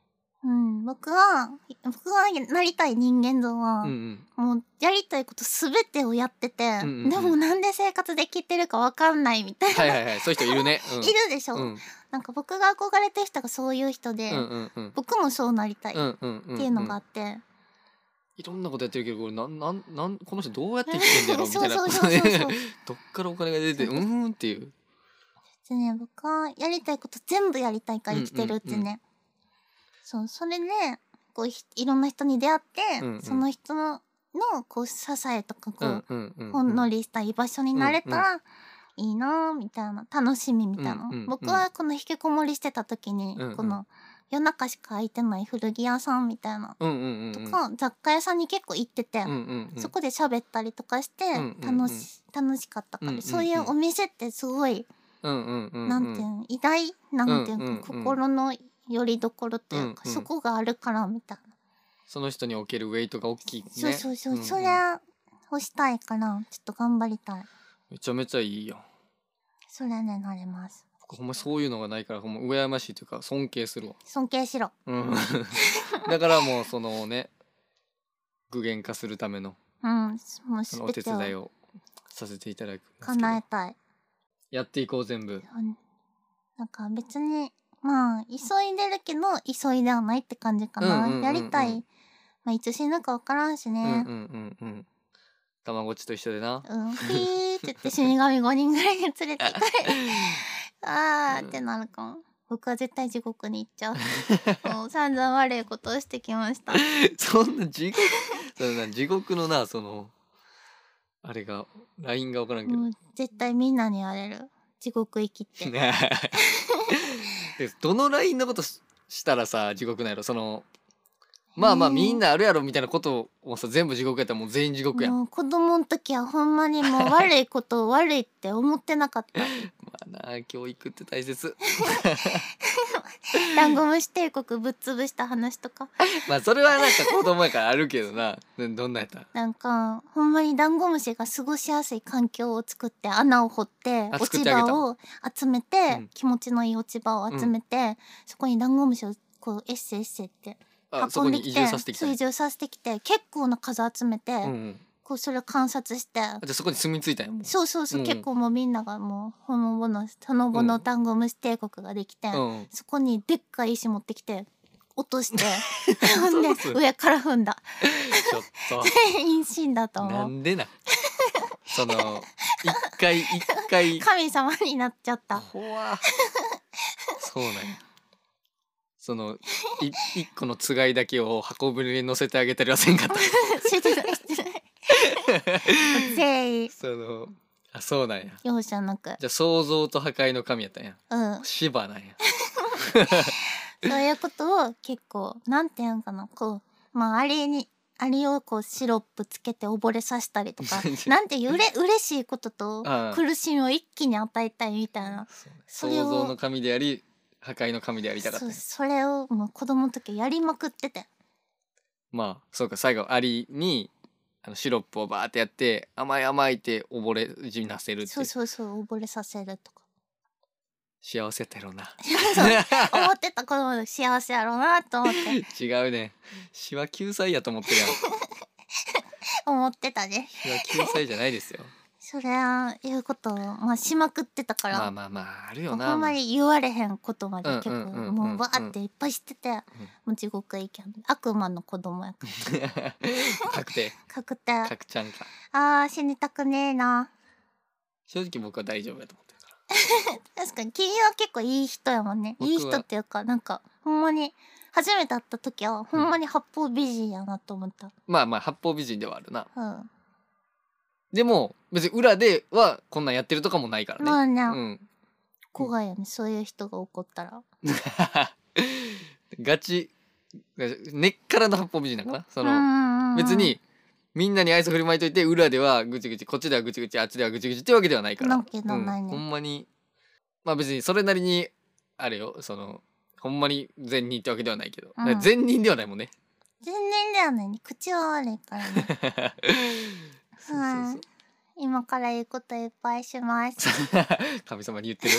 Speaker 1: うん、僕は、僕はなりたい人間像は、
Speaker 2: うんうん
Speaker 1: もうやりたいことすべてをやってて、
Speaker 2: うんうんうん
Speaker 1: でもなんで生活できてるかわかんないみたいな、
Speaker 2: はいはいはいそういう人いるね、うん、
Speaker 1: いるでしょ、
Speaker 2: うん
Speaker 1: なんか僕が憧れてる人がそういう人で、
Speaker 2: うんうんうん
Speaker 1: 僕もそうなりたいっ
Speaker 2: うんうんうん
Speaker 1: ていうのがあ
Speaker 2: ん
Speaker 1: って、
Speaker 2: いろんなことやってるけどこれなんなんなんこの人どうやって生きてんだろうみ
Speaker 1: そう
Speaker 2: たいな
Speaker 1: そう
Speaker 2: こ
Speaker 1: そ
Speaker 2: と
Speaker 1: うそう
Speaker 2: ね
Speaker 1: そう
Speaker 2: どっからお金が出てうーんっていう
Speaker 1: でね僕はやりたいこと全部やりたいから生きてるってね、
Speaker 2: うんうん
Speaker 1: そうそれでこうひいろんな人に出会って、
Speaker 2: うんうん
Speaker 1: その人ののこう支えとかこう、
Speaker 2: うんうんうんうん
Speaker 1: ほんのりした居場所になれたらいいなぁみたいな楽しみみたいな、
Speaker 2: うんうんうん
Speaker 1: 僕はこの引きこもりしてた時に、
Speaker 2: うんうん
Speaker 1: この夜中しか空いてない古着屋さんみたいな
Speaker 2: うんうんうん
Speaker 1: とか、雑貨屋さんに結構行ってて、
Speaker 2: うんうんうん
Speaker 1: そこで喋ったりとかして
Speaker 2: うんうんうん
Speaker 1: 楽し,、楽しかったから、
Speaker 2: うんうんうん
Speaker 1: そういうお店ってすごい、
Speaker 2: うんうんうんうん
Speaker 1: なんていうの偉大なんていうの、
Speaker 2: うんうんうん
Speaker 1: 心の拠り所というか、
Speaker 2: うんうん
Speaker 1: そこがあるからみたいな、
Speaker 2: その人におけるウェイトが大きいね
Speaker 1: そうそうそう、
Speaker 2: んん
Speaker 1: それをしたいからちょっと頑張りたい
Speaker 2: めちゃめちゃいいやん
Speaker 1: それになれます
Speaker 2: 僕ほんまそういうのがないからほんま羨ましいというか尊敬するわ、
Speaker 1: 尊敬しろ
Speaker 2: うん だからもうそのね具現化するための
Speaker 1: うん、もう
Speaker 2: そ
Speaker 1: す
Speaker 2: のお
Speaker 1: べ
Speaker 2: 手
Speaker 1: てを
Speaker 2: 伝いをさせていただくんですけど
Speaker 1: 叶えたい。
Speaker 2: やっていこう全部
Speaker 1: うんなんか別に、まあ、急いでるけど、急いではないって感じかな。
Speaker 2: うんうんうんうん
Speaker 1: やりたい。まあ、いつ死ぬかわからんし
Speaker 2: うんうん
Speaker 1: ね。
Speaker 2: うんうんたまごっちと一緒でな
Speaker 1: うん、ピーって言って死神5人ぐらいに連れて行かれ、 あーってなるかも。僕は絶対地獄に行っちゃ う。もう散々悪いことをしてきました。
Speaker 2: そんな地獄そんな地獄のなそのあれがラインが分からんけど
Speaker 1: もう絶対みんなに言われる。地獄行きって。
Speaker 2: ねえ でどのラインのことししたらさ地獄なんやろそのまあまあ
Speaker 1: ねえ
Speaker 2: みんなあるやろみたいなことをさ全部地獄やったらもう全員地獄やん、
Speaker 1: もう子供の時はほんまにもう悪いことを悪いって思ってなか った。
Speaker 2: まあなあ教育って大切
Speaker 1: ダンゴムシ帝国ぶっ潰した話とか
Speaker 2: まあそれはなんか子供やからあるけどなねどんなんやった
Speaker 1: なんかほんまにダンゴムシが過ごしやすい環境を作って穴を掘って
Speaker 2: あ
Speaker 1: 落
Speaker 2: 作っ
Speaker 1: ち
Speaker 2: てあげた
Speaker 1: 葉
Speaker 2: の
Speaker 1: を集めて、
Speaker 2: うん
Speaker 1: 気持ちのいい落ち葉を集めて、そこにダンゴムシをこうエッセエッセって
Speaker 2: あそ
Speaker 1: 運
Speaker 2: こ
Speaker 1: ん
Speaker 2: に
Speaker 1: でき
Speaker 2: 移
Speaker 1: て
Speaker 2: 住させてきた
Speaker 1: そう移住させてきて結構な数集めて、
Speaker 2: うんうん、
Speaker 1: こうそれを観察して。
Speaker 2: あじゃあそこに住み着いたんやもう
Speaker 1: そうそうそう、
Speaker 2: うん
Speaker 1: 結構もうみんながもうほのぼのほのぼのダンゴムシ帝国ができて、
Speaker 2: うんうん、
Speaker 1: そこにでっかい石持ってきて落と してほん
Speaker 2: そう
Speaker 1: で
Speaker 2: なんす
Speaker 1: 上から踏んだ
Speaker 2: ちょっ
Speaker 1: 陰心だと
Speaker 2: とな
Speaker 1: 思う。
Speaker 2: んでなその一回一回
Speaker 1: 神様になっちゃ った。
Speaker 2: 怖そうなんやそのい一個のつがいだけを箱舟に乗せてあげたりはせ んかった
Speaker 1: してないしてない。全員
Speaker 2: そのあそうなんや
Speaker 1: 容赦なく。
Speaker 2: じゃあ創造と破壊の神やったんや
Speaker 1: うん。
Speaker 2: シバなんや、
Speaker 1: そういうことを結構、なんていうんかな、こう、まあ、あれに、あれをこうシロップつけて溺れさせたりとか なんていううれ、嬉しいことと
Speaker 2: ああ
Speaker 1: 苦しみを一気に与えたいみたいな。そ
Speaker 2: 創
Speaker 1: れを
Speaker 2: 造の神であり破壊の神でありたかった
Speaker 1: そう、
Speaker 2: んや
Speaker 1: それをもう子供の時やりまくってて。
Speaker 2: まあそうか最後アリにあのシロップをバーってやって甘い甘いって溺れ死なせるって
Speaker 1: そうそうそう、溺れさせると か。
Speaker 2: 幸せやったやろ うな
Speaker 1: 思ってた子供の幸せやろうなと思って、
Speaker 2: 違うねシワ救済やと思ってるやん
Speaker 1: 思ってたね。
Speaker 2: シワ救済じゃないですよ
Speaker 1: そりゃあいうことを、まあ、しまくってたから、
Speaker 2: まあまあまああるよな
Speaker 1: ほんまに言われへんことまで
Speaker 2: うん
Speaker 1: 結構、
Speaker 2: うんうんうん
Speaker 1: もうわーっていっぱいしてて、もう地獄行けん悪魔の子供やから
Speaker 2: 確定
Speaker 1: 確定あ
Speaker 2: 確ちゃんか
Speaker 1: ー死にたくねえな
Speaker 2: 正直僕は大丈夫やと思ってるか
Speaker 1: 確かに君は結構いい人やもんね
Speaker 2: 僕はい
Speaker 1: い人っていうかなんかほんまに初めて会った時はほんまに八方美人やなと思った
Speaker 2: らまあまあ八方美人ではあるな
Speaker 1: うん、
Speaker 2: でも別に裏ではこんなんやってるとかもないからね、
Speaker 1: まあね、
Speaker 2: うん
Speaker 1: 怖いよねそういう人が怒ったら
Speaker 2: ガチ根っからの八方美人だからその、
Speaker 1: の
Speaker 2: 別にみんなに愛想振りまいといて裏ではぐちぐちこっちではぐちぐちあっちではぐちぐちってわけではないから
Speaker 1: なわけのないね
Speaker 2: うんほんまにまあ別にそれなりにあれよそのほんまに善人ってわけではないけど、
Speaker 1: うん
Speaker 2: 善人ではないもんね
Speaker 1: 全然だよね口は悪いからね
Speaker 2: そうそうそう
Speaker 1: 今から言うこといっぱいします
Speaker 2: 神様に言ってる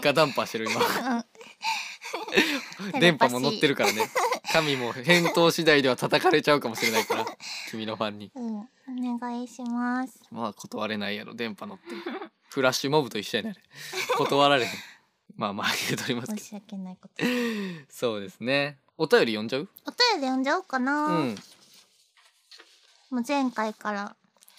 Speaker 2: 直談判してる
Speaker 1: うん
Speaker 2: 今電波も乗ってるからね神も返答次第では叩かれちゃうかもしれないから君のファンに
Speaker 1: うんお願いします
Speaker 2: まあ断れないやろ電波乗ってフラッシュモブと一緒やねあれ断られへんまあまあ言うとります
Speaker 1: 申
Speaker 2: けど
Speaker 1: し訳ないこと
Speaker 2: そうですねお便り読んじゃう
Speaker 1: お便り読んじゃおうかな、
Speaker 2: うん
Speaker 1: もう前回から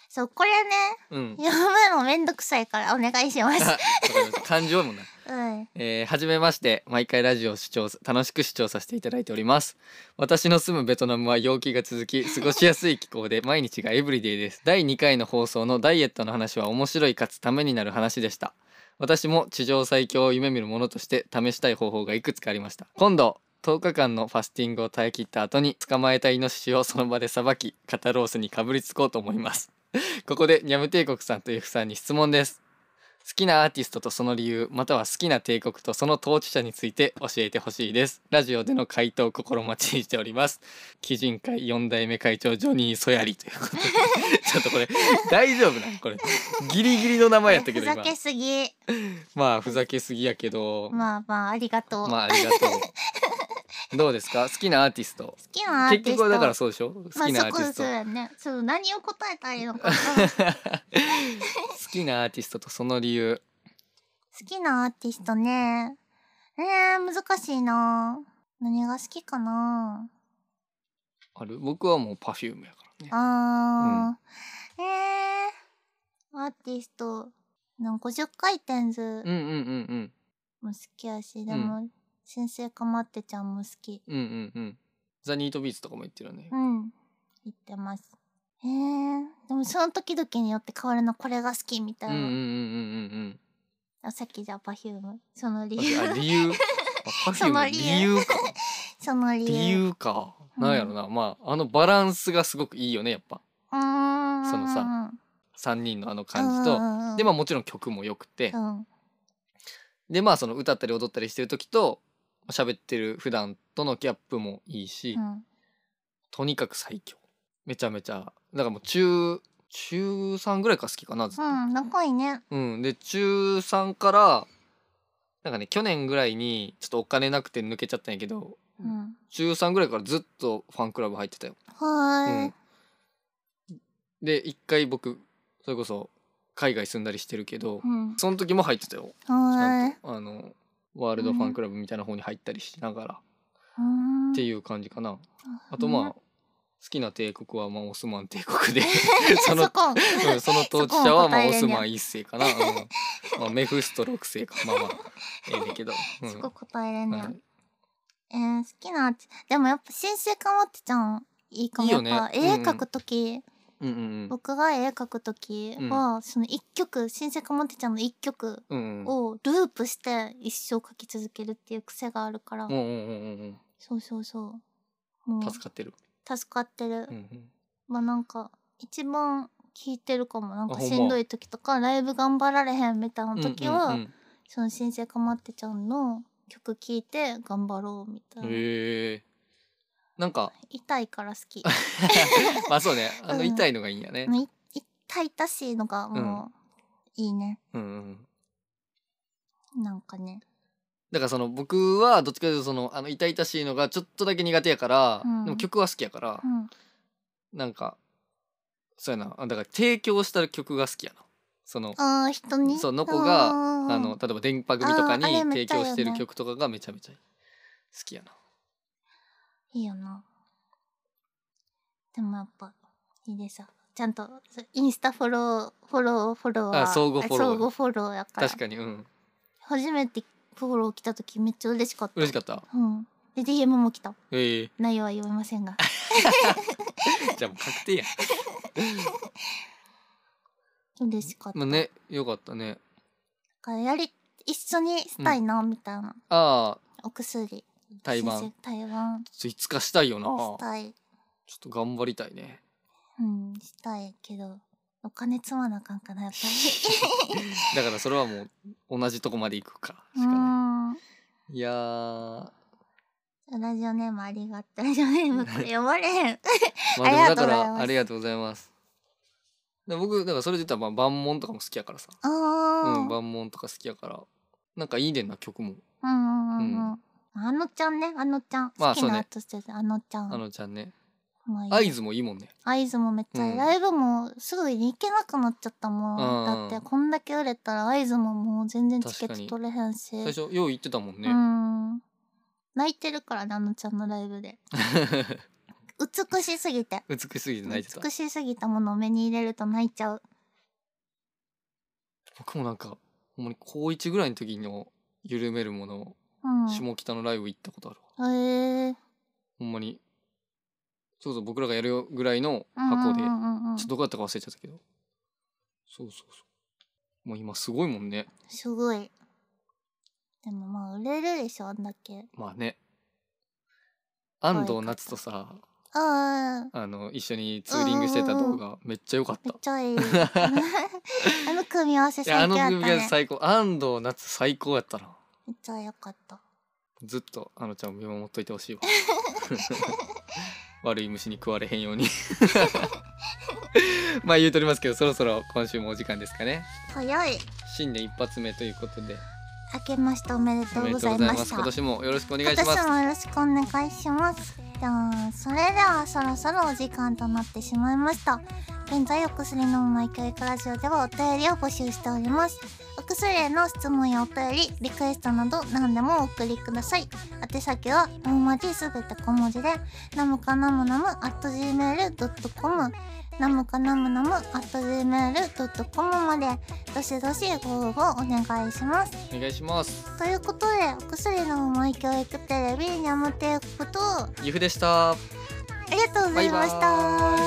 Speaker 1: そうこれね
Speaker 2: うん
Speaker 1: 読むのめんどくさいからお願いしま
Speaker 2: あわ
Speaker 1: す
Speaker 2: かりました感情もんな
Speaker 1: うん
Speaker 2: えー、はじめまして毎回ラジオを視聴楽しく視聴させていただいております私の住むベトナムは陽気が続き過ごしやすい気候で毎日がエブリデイです第2回の放送のダイエットの話は面白いかつためになる話でした私も地上最強を夢見るものとして試したい方法がいくつかありました今度10日間のファスティングを耐え切った後に捕まえたイノシシをその場でさばき肩ロースにかぶりつこうと思います ここでニャム帝国さんというふさんに質問です好きなアーティストとその理由または好きな帝国とその統治者について教えてほしいですラジオでの回答を心待ちにしております基人会4代目会長ジョニー・ソヤリということで ちょっとこれ大丈夫なのこれギリギリの名前やったけ
Speaker 1: ふざ
Speaker 2: ど今
Speaker 1: けすぎ
Speaker 2: まあふざけすぎやけどま
Speaker 1: まあまあありがとう、
Speaker 2: あありがと うどうですか好きなアーティスト
Speaker 1: 好きなアーティスト
Speaker 2: 結局はだからそうでしょ好きなアーティス
Speaker 1: まあ、そこそ
Speaker 2: ト、
Speaker 1: うだねそう何を答えたらいいのかな好
Speaker 2: 好きなアーティストとその理由
Speaker 1: きなアーティストねえー、難しいな何が好きかな
Speaker 2: ある僕はもうパフュームやからね
Speaker 1: あー、えー、アーティストなんか50回転ず
Speaker 2: うんうんうん
Speaker 1: も好きやし、でも先生かまってちゃんも好き
Speaker 2: うんうんうんうんザ・ニート・ビーツとかも言ってるよね
Speaker 1: うん言ってますえー、でもその時々によって変わるなこれが好きみた
Speaker 2: う
Speaker 1: い
Speaker 2: んう
Speaker 1: な、
Speaker 2: んうんうん
Speaker 1: あさっきじゃあ Perfume その理
Speaker 2: うんうんあ
Speaker 1: 由
Speaker 2: 理由パフュ
Speaker 1: そ
Speaker 2: ーム
Speaker 1: の
Speaker 2: 理
Speaker 1: 理
Speaker 2: 由
Speaker 1: 由
Speaker 2: か
Speaker 1: その理由
Speaker 2: 理由か
Speaker 1: うん
Speaker 2: なんやろなまああのバランスがすごくいいよねやっぱ
Speaker 1: うーん
Speaker 2: そのさ3人のあの感じとで
Speaker 1: も
Speaker 2: まあもちろん曲も良くて
Speaker 1: うん
Speaker 2: でまあその歌ったり踊ったりしてる時と喋ってる普段とのギャップもいいし、
Speaker 1: うん
Speaker 2: とにかく最強めちゃめちゃだからもう中中3ぐらいから好きかなずっと、
Speaker 1: うん仲いいね
Speaker 2: うんで中3からなんかね去年ぐらいにちょっとお金なくて抜けちゃったんやけど
Speaker 1: うん
Speaker 2: 中3ぐらいからずっとファンクラブ入ってたよ、
Speaker 1: はーい、
Speaker 2: うん、で一回僕それこそ海外住んだりしてるけど、
Speaker 1: うん
Speaker 2: その時も入ってたよちゃ
Speaker 1: はー
Speaker 2: ん
Speaker 1: い
Speaker 2: とあのワールドファンクラブみたいな方に入ったりしながら、
Speaker 1: うーん
Speaker 2: っていう感じかな。あと
Speaker 1: うん
Speaker 2: まあ好きな帝国はまあオスマン帝 国でそ
Speaker 1: そ
Speaker 2: の
Speaker 1: こ
Speaker 2: うんその統治者はま
Speaker 1: そこも答え
Speaker 2: あオ
Speaker 1: れ
Speaker 2: ス
Speaker 1: んねや
Speaker 2: マン一世かな、うんまあ、メフスト六世かまあまあええねんけど、うん
Speaker 1: そこ答えれんねや、
Speaker 2: はい
Speaker 1: えー、好きなでもやっぱ新生かまってちゃんいいかも
Speaker 2: いいよね
Speaker 1: やっぱ絵
Speaker 2: うんうん
Speaker 1: 描くとき、
Speaker 2: うんうん
Speaker 1: 僕が絵描くときは、その一曲新生かまってちゃんの一曲
Speaker 2: うんうんうん
Speaker 1: をループして一生描き続けるっていう癖があるから、
Speaker 2: うんうんうん
Speaker 1: そうそうそうも
Speaker 2: うん
Speaker 1: う
Speaker 2: 助かってる、
Speaker 1: 助かってる、
Speaker 2: うんうん、
Speaker 1: まあなんか一番聞いてるかもなん
Speaker 2: あ
Speaker 1: か
Speaker 2: ほんま
Speaker 1: しんどい時とかライブ頑張られへんみたいな時は、
Speaker 2: うんうん
Speaker 1: その新生かまってちゃんの曲聴いて頑張ろうみたい
Speaker 2: うん
Speaker 1: な、
Speaker 2: へえなんか
Speaker 1: 痛いから好 き
Speaker 2: まあそうねあ
Speaker 1: う
Speaker 2: の
Speaker 1: ん
Speaker 2: 痛いのがいいんやね、
Speaker 1: い痛々しいのがもういいね、
Speaker 2: うんうん、
Speaker 1: なんかね
Speaker 2: だからその僕はどっちかというとそのあの痛々しいのがちょっとだけ苦手やから、
Speaker 1: うん
Speaker 2: でも曲は好きやから
Speaker 1: う、ん
Speaker 2: なんかそうやなあだから提供した曲が好きやなその
Speaker 1: あー人に
Speaker 2: そうのこが
Speaker 1: うん
Speaker 2: あの例えば電波組とかに
Speaker 1: あーあれめ
Speaker 2: 提
Speaker 1: っちゃいい
Speaker 2: 供
Speaker 1: よね
Speaker 2: してる曲とかがめちゃめちゃ好きやな。
Speaker 1: いいよなでもやっぱいいでさちゃんとそうインスタフォローフォローフォローは
Speaker 2: あ相互フォロ
Speaker 1: あ
Speaker 2: ー
Speaker 1: 相互フォローやから
Speaker 2: 確かにうん
Speaker 1: 初めてフォロー来た時めっちゃ嬉しかった
Speaker 2: 嬉しかった。
Speaker 1: うんで DM も来た
Speaker 2: ええ
Speaker 1: 内容は読めません が
Speaker 2: じゃあもう 確定やん。
Speaker 1: 嬉しかった、
Speaker 2: まあねよかったね。
Speaker 1: だからやり一緒にしたいなみたいな、
Speaker 2: ああ
Speaker 1: お薬
Speaker 2: 対バン
Speaker 1: 先生台湾
Speaker 2: ちょっといつかしたいよな。ち
Speaker 1: し
Speaker 2: ょ
Speaker 1: たい
Speaker 2: っと頑張りたいね。
Speaker 1: うんしたいけどお金積まなあかんかな やっぱ
Speaker 2: だからそれはもう同じとこまで行くかし
Speaker 1: りう
Speaker 2: かな
Speaker 1: ーん
Speaker 2: い。いやー
Speaker 1: ラジオネームありがとう。ラジオネームこれ読まれへん。
Speaker 2: まあでも
Speaker 1: ありが
Speaker 2: だ
Speaker 1: とうござ
Speaker 2: か
Speaker 1: います
Speaker 2: らありがとうございます。で僕だからそれで言ったらまあ万門とかも好きやからさ、
Speaker 1: ああ。
Speaker 2: うん、万門とか好きやからなんかいいねんな曲も
Speaker 1: うんうんうんうん。あのちゃんね、あのちゃん。好
Speaker 2: まあ
Speaker 1: き
Speaker 2: そう
Speaker 1: な
Speaker 2: ね
Speaker 1: アーティストです、あのちゃん。
Speaker 2: あのちゃんね
Speaker 1: まあいい
Speaker 2: 合図もいいもんね
Speaker 1: 合図もめっちゃいい、
Speaker 2: うん
Speaker 1: ライブもすぐ行けなくなっちゃったもん、
Speaker 2: う
Speaker 1: だ
Speaker 2: ん
Speaker 1: ってこんだけ売れたら合図ももう全然チケッ
Speaker 2: 確か
Speaker 1: ト
Speaker 2: に
Speaker 1: 取れへんし、
Speaker 2: 最初よう言ってたもんね、
Speaker 1: うん泣いてるからねあのちゃんのライブで美しすぎて
Speaker 2: 美しすぎて泣いてた
Speaker 1: 美しすぎたものを目に入れると泣いちゃう
Speaker 2: 僕もなんかほんまに高1ぐらいの時の緩めるもの
Speaker 1: うん
Speaker 2: 下北のライブ行ったことあるわ
Speaker 1: へえ
Speaker 2: ほんまにそうそう僕らがやるぐらいの箱で、
Speaker 1: うんうんうんうん
Speaker 2: ちょっとどこやったか忘れちゃったけどそうそうそうもう今すごいもんね
Speaker 1: すごいでもまあ売れるでしょあんだけ
Speaker 2: まあね安藤夏とさ
Speaker 1: ああ
Speaker 2: あの一緒にツーリングしてた動
Speaker 1: うん
Speaker 2: 画めっちゃ良かっ
Speaker 1: めったちゃ いいあの組み合わせ
Speaker 2: いやあ
Speaker 1: 最強
Speaker 2: の
Speaker 1: やった
Speaker 2: 組み合わせ
Speaker 1: ね
Speaker 2: 最高安藤夏最高やったな
Speaker 1: めっちゃ良かった
Speaker 2: ずっとあのちゃんを見守っといてほし いわ悪い虫に食われへんように まあ言うとりますけどそろそろ今週もお時間ですかね
Speaker 1: 早い
Speaker 2: 新年一発目ということで
Speaker 1: 明けましておめでと
Speaker 2: おめ
Speaker 1: う
Speaker 2: で
Speaker 1: ご
Speaker 2: と
Speaker 1: ざ
Speaker 2: うご
Speaker 1: い
Speaker 2: ざい
Speaker 1: ま
Speaker 2: ま
Speaker 1: し
Speaker 2: す
Speaker 1: た
Speaker 2: 今年もよろしくお願
Speaker 1: 今
Speaker 2: いします
Speaker 1: 年もよろしくお願いしますじゃあそれではそろそろお時間となってしまいました現在お薬のうまい教育ラジオではお便りを募集しておりますお薬への質問やお便りリクエストなど何でもお送りください宛先は大文字すべて小文字でナムカナムナム at gmail.com ナムカナムナム at gmail.com までどしどしご応募お願いします
Speaker 2: お願いします
Speaker 1: ということでお薬の思い教育テレビにゃむていくことをあ
Speaker 2: 岐阜でした
Speaker 1: りがとうございました
Speaker 2: バイバ